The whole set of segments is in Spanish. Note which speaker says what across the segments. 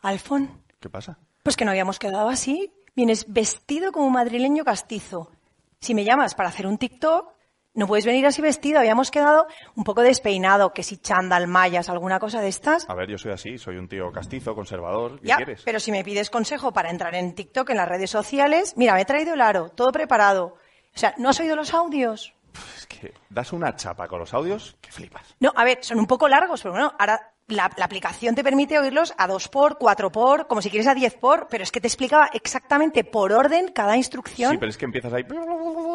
Speaker 1: Ah, Alfón.
Speaker 2: ¿Qué pasa?
Speaker 1: Pues que no habíamos quedado así. Vienes vestido como madrileño castizo. Si me llamas para hacer un TikTok, no puedes venir así vestido. Habíamos quedado un poco despeinado, que si chándal, mallas, alguna cosa de estas.
Speaker 2: A ver, yo soy así, soy un tío castizo, conservador. Ah, ¿Qué
Speaker 1: ya,
Speaker 2: quieres?
Speaker 1: pero si me pides consejo para entrar en TikTok, en las redes sociales, mira, me he traído el aro, todo preparado. O sea, ¿no has oído los audios?
Speaker 2: Es que das una chapa con los audios que flipas.
Speaker 1: No, a ver, son un poco largos, pero bueno, ahora la, la, aplicación te permite oírlos a 2x, 4x, como si quieres a 10x, pero es que te explicaba exactamente por orden cada instrucción.
Speaker 2: Sí, pero es que empiezas ahí,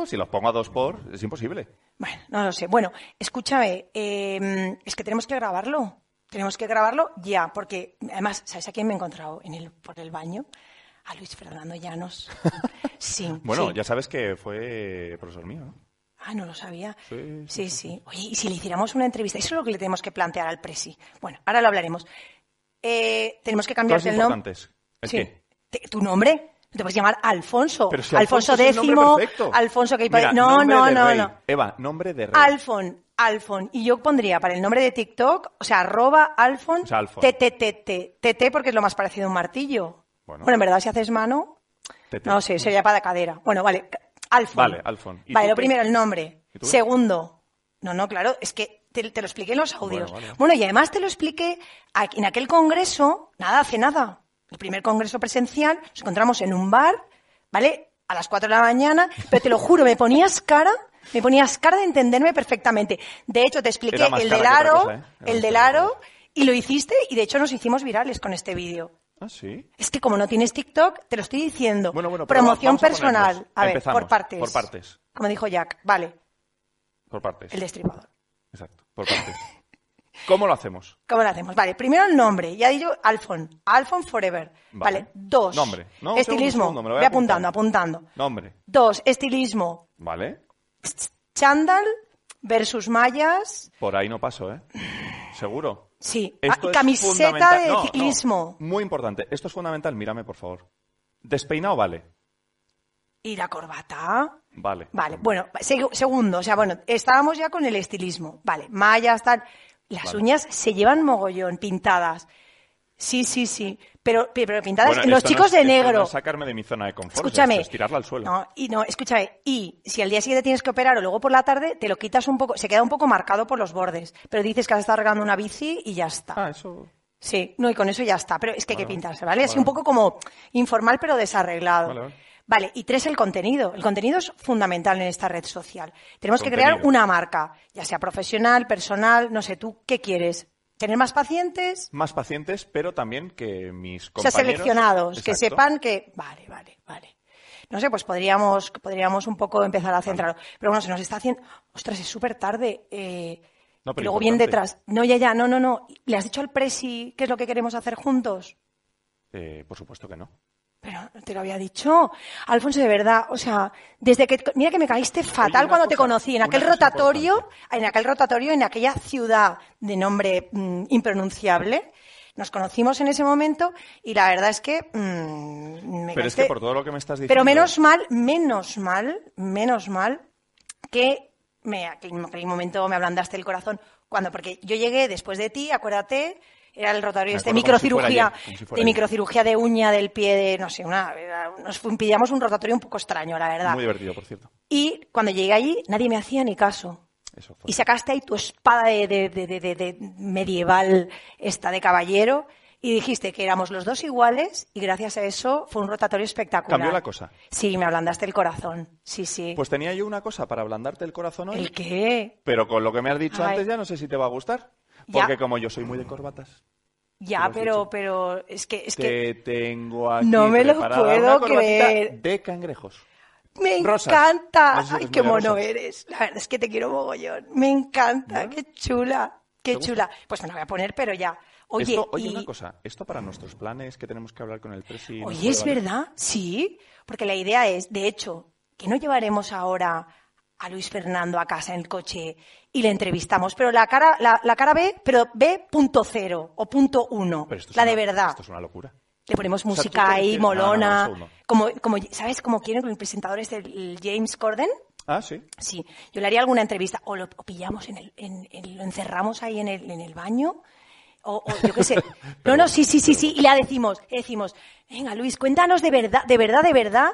Speaker 2: si los pongo a 2x, es imposible.
Speaker 1: Bueno, no lo sé. Bueno, escúchame, eh, es que tenemos que grabarlo. Tenemos que grabarlo ya, porque además, ¿sabes a quién me he encontrado en el, por el baño? A Luis Fernando Llanos. Sí.
Speaker 2: bueno,
Speaker 1: sí.
Speaker 2: ya sabes que fue profesor mío. ¿no?
Speaker 1: Ah, no lo sabía. Sí sí, sí sí, Oye, ¿y si le hiciéramos una entrevista? Eso es lo que le tenemos que plantear al presi. Bueno, ahora lo hablaremos. Eh, tenemos que cambiar el nombre.
Speaker 2: ¿El sí.
Speaker 1: qué? ¿Tu nombre? Te puedes llamar Alfonso.
Speaker 2: Pero si
Speaker 1: Alfonso,
Speaker 2: Alfonso es un nombre
Speaker 1: X, Alfonso que Mira, No, no,
Speaker 2: de
Speaker 1: no,
Speaker 2: rey.
Speaker 1: no.
Speaker 2: Eva, nombre de rey.
Speaker 1: Alfon, Alfon. Y yo pondría para el nombre de TikTok, o sea, arroba Alfon,
Speaker 2: O sea, Alfon.
Speaker 1: TTTT. TT porque es lo más parecido a un martillo.
Speaker 2: Bueno.
Speaker 1: en verdad, si haces mano,
Speaker 2: TT.
Speaker 1: no sé, sería para cadera. Bueno, vale. Alfon.
Speaker 2: Vale, Alfon. ¿Y
Speaker 1: Vale,
Speaker 2: tú
Speaker 1: lo
Speaker 2: qué?
Speaker 1: primero, el nombre.
Speaker 2: ¿Y tú?
Speaker 1: Segundo. No, no, claro, es que te, te lo expliqué en los audios.
Speaker 2: Bueno,
Speaker 1: Bueno,
Speaker 2: vale.
Speaker 1: y además te lo expliqué a- en aquel congreso, nada, hace nada. El primer congreso presencial, nos encontramos en un bar, ¿vale? A las 4 de la mañana, pero te lo juro, me ponías cara, me ponías cara de entenderme perfectamente. De hecho, te expliqué
Speaker 2: Era más
Speaker 1: el
Speaker 2: cara
Speaker 1: del
Speaker 2: que otra
Speaker 1: aro,
Speaker 2: cosa, ¿eh? Era
Speaker 1: el
Speaker 2: más
Speaker 1: del
Speaker 2: cara que otra
Speaker 1: aro, y lo hiciste, y de hecho nos hicimos virales con este vídeo.
Speaker 2: Ah, sí.
Speaker 1: Es que como no tienes TikTok, te lo estoy diciendo.
Speaker 2: Bueno, bueno, pero
Speaker 1: Promoción
Speaker 2: vamos a ponernos.
Speaker 1: personal. A, ver,
Speaker 2: Empezamos,
Speaker 1: por partes.
Speaker 2: por partes.
Speaker 1: Como dijo Jack. Vale,
Speaker 2: Por partes.
Speaker 1: el destripador.
Speaker 2: Exacto, por partes. ¿Cómo lo hacemos?
Speaker 1: ¿Cómo lo hacemos? Vale, primero el nombre. Ya he dicho Alfon. Alfon Forever.
Speaker 2: Vale.
Speaker 1: Vale. Dos.
Speaker 2: Nombre. No, un
Speaker 1: estilismo.
Speaker 2: segundo, un segundo, me lo voy
Speaker 1: voy apuntando,
Speaker 2: apuntando.
Speaker 1: apuntando.
Speaker 2: Nombre.
Speaker 1: Dos. Estilismo.
Speaker 2: Vale.
Speaker 1: Chándal versus mallas.
Speaker 2: Por ahí no paso, ¿eh? Seguro.
Speaker 1: Sí. Ah,
Speaker 2: Esto
Speaker 1: y
Speaker 2: es
Speaker 1: camiseta
Speaker 2: fundamental.
Speaker 1: de
Speaker 2: No, no,
Speaker 1: ciclismo.
Speaker 2: muy importante. Esto es fundamental. Mírame, por favor. Despeinado, vale.
Speaker 1: Y la corbata.
Speaker 2: Vale.
Speaker 1: Vale, bueno, segu- segundo, o sea, bueno, estábamos ya con el estilismo. Vale, mallas, tal. Las
Speaker 2: Vale.
Speaker 1: uñas se llevan mogollón, pintadas. Sí, sí, sí. Pero, pero pintadas
Speaker 2: Bueno,
Speaker 1: en los
Speaker 2: esto
Speaker 1: chicos
Speaker 2: no es-
Speaker 1: de
Speaker 2: esto
Speaker 1: negro.
Speaker 2: no es sacarme de mi zona de confort.
Speaker 1: escúchame.
Speaker 2: esto Es tirarla al suelo.
Speaker 1: No, y no, escúchame. Y si al día siguiente tienes que operar o luego por la tarde, te lo quitas un poco, se queda un poco marcado por los bordes. Pero dices que has estado regando una bici y ya está.
Speaker 2: Ah, eso.
Speaker 1: Sí, no, y con eso ya está. Pero es que hay que
Speaker 2: Vale,
Speaker 1: pintarse, ¿vale? Así
Speaker 2: vale.
Speaker 1: un poco como informal, pero desarreglado.
Speaker 2: Vale, vale.
Speaker 1: Vale, y tres, el contenido. El contenido es fundamental en esta red social. Tenemos que crear
Speaker 2: Contenido.
Speaker 1: una marca, ya sea profesional, personal, no sé tú, ¿qué quieres? ¿Tener más pacientes?
Speaker 2: Más pacientes, pero también que mis
Speaker 1: O sea,
Speaker 2: compañeros.
Speaker 1: seleccionados, que
Speaker 2: Exacto.
Speaker 1: sepan que... Vale, vale, vale. No sé, pues podríamos, podríamos un poco empezar a centrarlo. Pero bueno, se nos está haciendo... Ostras, es súper tarde. eh,
Speaker 2: No,
Speaker 1: y
Speaker 2: pero
Speaker 1: luego bien
Speaker 2: importante.
Speaker 1: detrás. No, ya, ya, no, no, no. ¿Le has dicho al presi qué es lo que queremos hacer juntos?
Speaker 2: Eh, por supuesto que no.
Speaker 1: Pero te lo había dicho. Alfonso, de verdad, o sea, desde que. Mira que me caíste fatal
Speaker 2: una
Speaker 1: cuando te
Speaker 2: cosa-
Speaker 1: conocí, en
Speaker 2: una
Speaker 1: aquel
Speaker 2: cosa
Speaker 1: rotatorio, en aquel rotatorio, en aquella ciudad de nombre mm, impronunciable. Nos conocimos en ese momento y la verdad es que. mm, me
Speaker 2: Pero es
Speaker 1: caíste-
Speaker 2: que por todo lo que me estás diciendo.
Speaker 1: Pero menos mal, menos mal, menos mal que me, que en aquel momento me ablandaste el corazón. Cuando, porque yo llegué después de ti, acuérdate, era el rotario
Speaker 2: Me
Speaker 1: este,
Speaker 2: acuerdo como si fuera
Speaker 1: microcirugía,
Speaker 2: ayer, como si fuera
Speaker 1: de
Speaker 2: ayer.
Speaker 1: microcirugía de uña del pie de, no sé, una, era- nos fu- pillamos un rotatorio un poco extraño, la verdad.
Speaker 2: Muy divertido, por cierto.
Speaker 1: Y cuando llegué allí, nadie me hacía ni caso.
Speaker 2: Eso fue.
Speaker 1: y sacaste ahí tu espada de, de- de- de- de- de medieval, esta de caballero, y dijiste que éramos los dos iguales y gracias a eso fue un rotatorio espectacular.
Speaker 2: Cambió la cosa.
Speaker 1: Sí, me ablandaste el corazón. Sí, sí.
Speaker 2: Pues tenía yo una cosa para ablandarte el corazón hoy,
Speaker 1: ¿El qué?
Speaker 2: pero con lo que me has dicho
Speaker 1: Ay.
Speaker 2: antes ya no sé si te va a gustar.
Speaker 1: Ya.
Speaker 2: Porque como yo soy muy de corbatas,
Speaker 1: Ya,
Speaker 2: Te lo
Speaker 1: pero, pero es que, es que
Speaker 2: te tengo aquí
Speaker 1: No me lo
Speaker 2: preparada
Speaker 1: puedo
Speaker 2: una corbatita
Speaker 1: creer.
Speaker 2: de cangrejos.
Speaker 1: me
Speaker 2: Rosas.
Speaker 1: encanta.
Speaker 2: Eso
Speaker 1: Ay,
Speaker 2: es
Speaker 1: qué
Speaker 2: muy
Speaker 1: mono
Speaker 2: rosa.
Speaker 1: eres. La verdad es que te quiero mogollón. Me encanta. Qué chula. Qué
Speaker 2: gusta?
Speaker 1: chula. Pues me la voy a poner, pero ya. Oye,
Speaker 2: esto,
Speaker 1: y-
Speaker 2: oye, una cosa, esto para nuestros planes que tenemos que hablar con el presi. nos
Speaker 1: Oye,
Speaker 2: puede
Speaker 1: es
Speaker 2: valer.
Speaker 1: verdad, sí, porque la idea es, de hecho, que no llevaremos ahora a Luis Fernando a casa en el coche y le entrevistamos, pero la cara, la, la cara B, pero B punto cero o punto uno,
Speaker 2: Pero esto es
Speaker 1: la de
Speaker 2: una-
Speaker 1: verdad.
Speaker 2: Esto es una locura.
Speaker 1: Le ponemos
Speaker 2: sea, tú
Speaker 1: música
Speaker 2: te
Speaker 1: ahí,
Speaker 2: refieres- No, no, no, un
Speaker 1: molona,
Speaker 2: segundo.
Speaker 1: como, como, ¿sabes? Como quieren con el presentador es el, el James Corden.
Speaker 2: Ah, sí.
Speaker 1: Sí, yo le haría alguna entrevista o lo o pillamos en el, en- en- lo encerramos ahí en el, en el baño o, o yo qué sé. No, no, sí, sí, sí, sí. Y le decimos, le decimos, venga Luis, cuéntanos de verdad, de verdad, de verdad.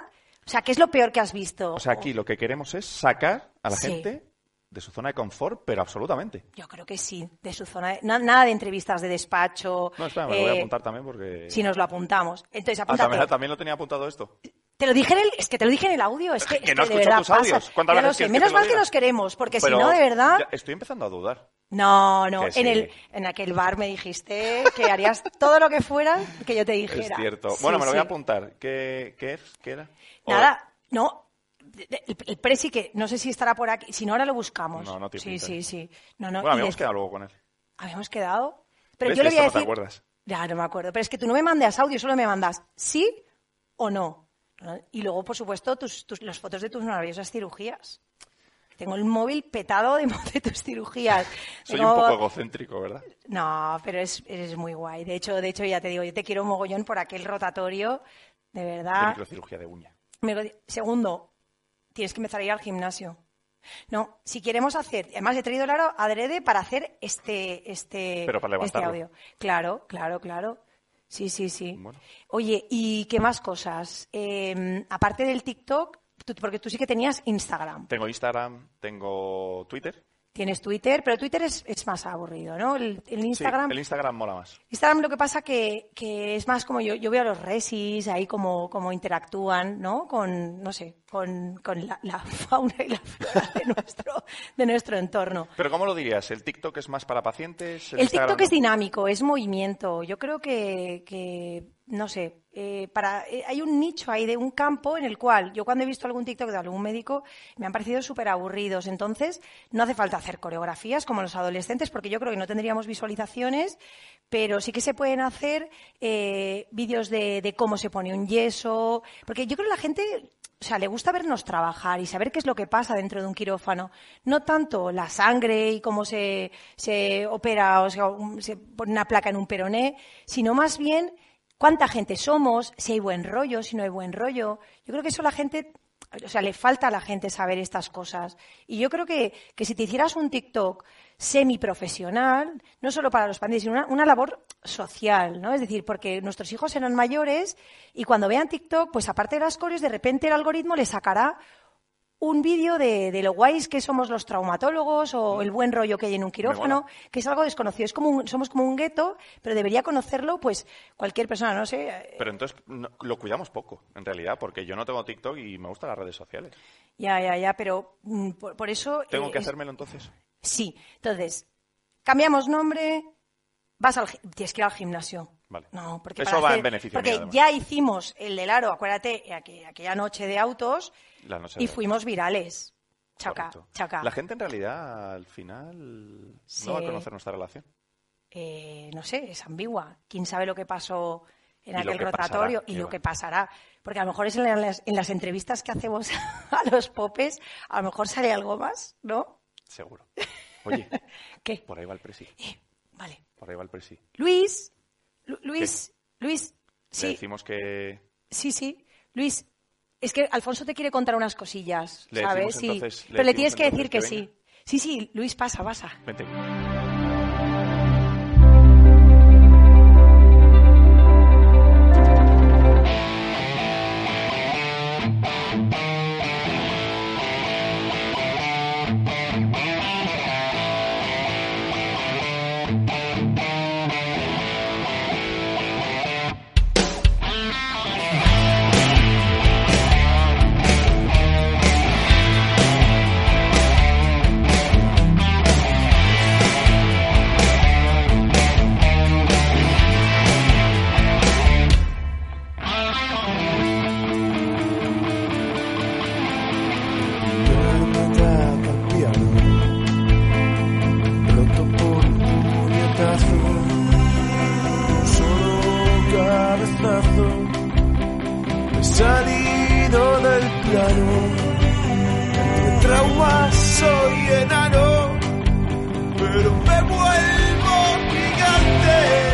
Speaker 1: O sea, ¿qué es lo peor que has visto?
Speaker 2: O sea, aquí lo que queremos es sacar a la
Speaker 1: Oh. Sí.
Speaker 2: gente de su zona de confort, pero absolutamente.
Speaker 1: Yo creo que sí, de su zona. de- na- nada de entrevistas de despacho.
Speaker 2: No, espera, me lo voy a
Speaker 1: eh,
Speaker 2: apuntar también porque...
Speaker 1: Si nos lo apuntamos. Entonces,
Speaker 2: Ah, también,
Speaker 1: apúntatelo.
Speaker 2: también lo tenía apuntado esto.
Speaker 1: Te lo dije en el, es que te lo dije en el audio, es que,
Speaker 2: Que
Speaker 1: es
Speaker 2: no
Speaker 1: que de
Speaker 2: escucho
Speaker 1: verdad
Speaker 2: tus audios.
Speaker 1: pasa.
Speaker 2: ¿Cuántas
Speaker 1: Ya lo
Speaker 2: veces
Speaker 1: sé,
Speaker 2: quieres que
Speaker 1: menos
Speaker 2: te lo
Speaker 1: mal que
Speaker 2: diga?
Speaker 1: nos queremos, porque
Speaker 2: Pero
Speaker 1: si no, de verdad.
Speaker 2: ya estoy empezando a dudar.
Speaker 1: No, no,
Speaker 2: Que sí.
Speaker 1: en, el, en aquel bar me dijiste que harías todo lo que fuera que yo te dijera.
Speaker 2: Es cierto.
Speaker 1: Sí,
Speaker 2: bueno, me lo voy a
Speaker 1: sí.
Speaker 2: apuntar. ¿Qué, qué es? ¿Qué era? O-
Speaker 1: Nada, no, de- de- el, el presi que no sé si estará por aquí, si no ahora lo buscamos.
Speaker 2: No, no tiene
Speaker 1: Sí,
Speaker 2: pinta.
Speaker 1: sí, sí. No, no,
Speaker 2: Bueno,
Speaker 1: y
Speaker 2: habíamos
Speaker 1: de-
Speaker 2: quedado luego con él.
Speaker 1: habíamos quedado. Pero
Speaker 2: ¿Ves?
Speaker 1: yo le
Speaker 2: De
Speaker 1: voy a
Speaker 2: esto
Speaker 1: decir...
Speaker 2: no te acuerdas.
Speaker 1: Ya, no me acuerdo. Pero es que tú no me mandas audio, solo me mandas sí o no. ¿no? Y luego, por supuesto, tus, tus- las fotos de tus maravillosas cirugías. Tengo el móvil petado de, de tus cirugías.
Speaker 2: Soy
Speaker 1: Tengo- Ah.
Speaker 2: un poco egocéntrico, ¿verdad?
Speaker 1: no, pero es, eres muy guay. De hecho, de hecho, ya te digo, yo te quiero mogollón por aquel rotatorio. De
Speaker 2: De
Speaker 1: verdad.
Speaker 2: microcirugía de uña.
Speaker 1: Me lo di- Segundo, tienes que empezar a ir al gimnasio. No, si queremos hacer, además he traído el aro adrede para hacer este, este,
Speaker 2: Pero para
Speaker 1: este
Speaker 2: levantarlo.
Speaker 1: audio. Claro, claro, claro. Sí, sí, sí.
Speaker 2: Bueno.
Speaker 1: Oye, ¿y qué más cosas? Eh, aparte del TikTok, tú- porque tú sí que tenías Instagram.
Speaker 2: Tengo Instagram, tengo Twitter.
Speaker 1: Tienes Twitter, pero Twitter es, es más aburrido, ¿no? El, el
Speaker 2: Sí,
Speaker 1: Instagram.
Speaker 2: el Instagram mola más.
Speaker 1: Instagram lo que pasa que, que es más como yo, yo veo a los resis ahí como, como interactúan, ¿no? Con, no sé, con, con la, la fauna y la flora de nuestro, de nuestro entorno.
Speaker 2: Pero ¿cómo lo dirías? ¿El TikTok es más para pacientes?
Speaker 1: El
Speaker 2: Instagram
Speaker 1: TikTok
Speaker 2: no?
Speaker 1: es dinámico, es movimiento. Yo creo que, que, no sé, eh, para, eh, hay un nicho ahí de un campo en el cual yo cuando he visto algún TikTok de algún médico me han parecido súper aburridos. Entonces, no hace falta hacer coreografías como los adolescentes porque yo creo que no tendríamos visualizaciones, pero sí que se pueden hacer eh, vídeos de, de cómo se pone un yeso. Porque yo creo que la gente o sea, le gusta vernos trabajar y saber qué es lo que pasa dentro de un quirófano. No tanto la sangre y cómo se, se opera o sea, un- se pone una placa en un peroné, sino más bien cuánta gente somos, si hay buen rollo, si no hay buen rollo. Yo creo que eso la gente, o sea, le falta a la gente saber estas cosas. Y yo creo que, que si te hicieras un TikTok semiprofesional, no solo para los pacientes, sino una, una labor social, ¿no? Es decir, porque nuestros hijos serán mayores y cuando vean TikTok, pues aparte de las coreos, de repente el algoritmo les sacará un vídeo de, de lo guays que somos los traumatólogos o el buen rollo que hay en un quirófano, que es algo desconocido. Es como un- somos como un gueto, pero debería conocerlo pues cualquier persona, no sé. eh,
Speaker 2: Pero entonces no- lo cuidamos poco, en realidad, porque yo no tengo TikTok y me gustan las redes sociales.
Speaker 1: Ya, ya, ya, pero mm, por, por eso...
Speaker 2: Tengo
Speaker 1: eh,
Speaker 2: que
Speaker 1: es-
Speaker 2: hacérmelo entonces.
Speaker 1: Sí, entonces, cambiamos nombre, vas al, gi- tienes que ir al gimnasio.
Speaker 2: Vale.
Speaker 1: No, porque
Speaker 2: Eso
Speaker 1: para
Speaker 2: va en
Speaker 1: hacer-
Speaker 2: beneficio mío,
Speaker 1: Porque
Speaker 2: además.
Speaker 1: ya hicimos el del aro, acuérdate, aqu- aquella noche de autos
Speaker 2: La noche
Speaker 1: y
Speaker 2: de-
Speaker 1: fuimos virales. Chaca,
Speaker 2: Correcto.
Speaker 1: chaca.
Speaker 2: La gente en realidad al final
Speaker 1: Sí.
Speaker 2: no va a conocer nuestra relación.
Speaker 1: eh, no sé, es ambigua. ¿Quién sabe lo que pasó en
Speaker 2: Y lo
Speaker 1: aquel
Speaker 2: que
Speaker 1: rotatorio
Speaker 2: pasará,
Speaker 1: y
Speaker 2: que
Speaker 1: lo
Speaker 2: va.
Speaker 1: que pasará? Porque a lo mejor es en las, en las entrevistas que hacemos a los popes, a lo mejor sale algo más, ¿no?
Speaker 2: Seguro. Oye,
Speaker 1: ¿Qué? Eh,
Speaker 2: por ahí va el presi.
Speaker 1: Vale.
Speaker 2: Por ahí va el presi. Le
Speaker 1: Luis, Lu- Luis, Luis, sí,
Speaker 2: decimos que.
Speaker 1: sí, sí, Luis. Es que Alfonso te quiere contar unas cosillas,
Speaker 2: Le
Speaker 1: ¿sabes?
Speaker 2: decimos
Speaker 1: Sí.
Speaker 2: entonces- le
Speaker 1: Pero le tienes
Speaker 2: decimos
Speaker 1: que decir que,
Speaker 2: entonces que
Speaker 1: sí. Sí, sí, Luis, pasa, pasa.
Speaker 2: Vente.
Speaker 3: abrazo, he salido del plano, de trauma soy enano, pero me vuelvo gigante.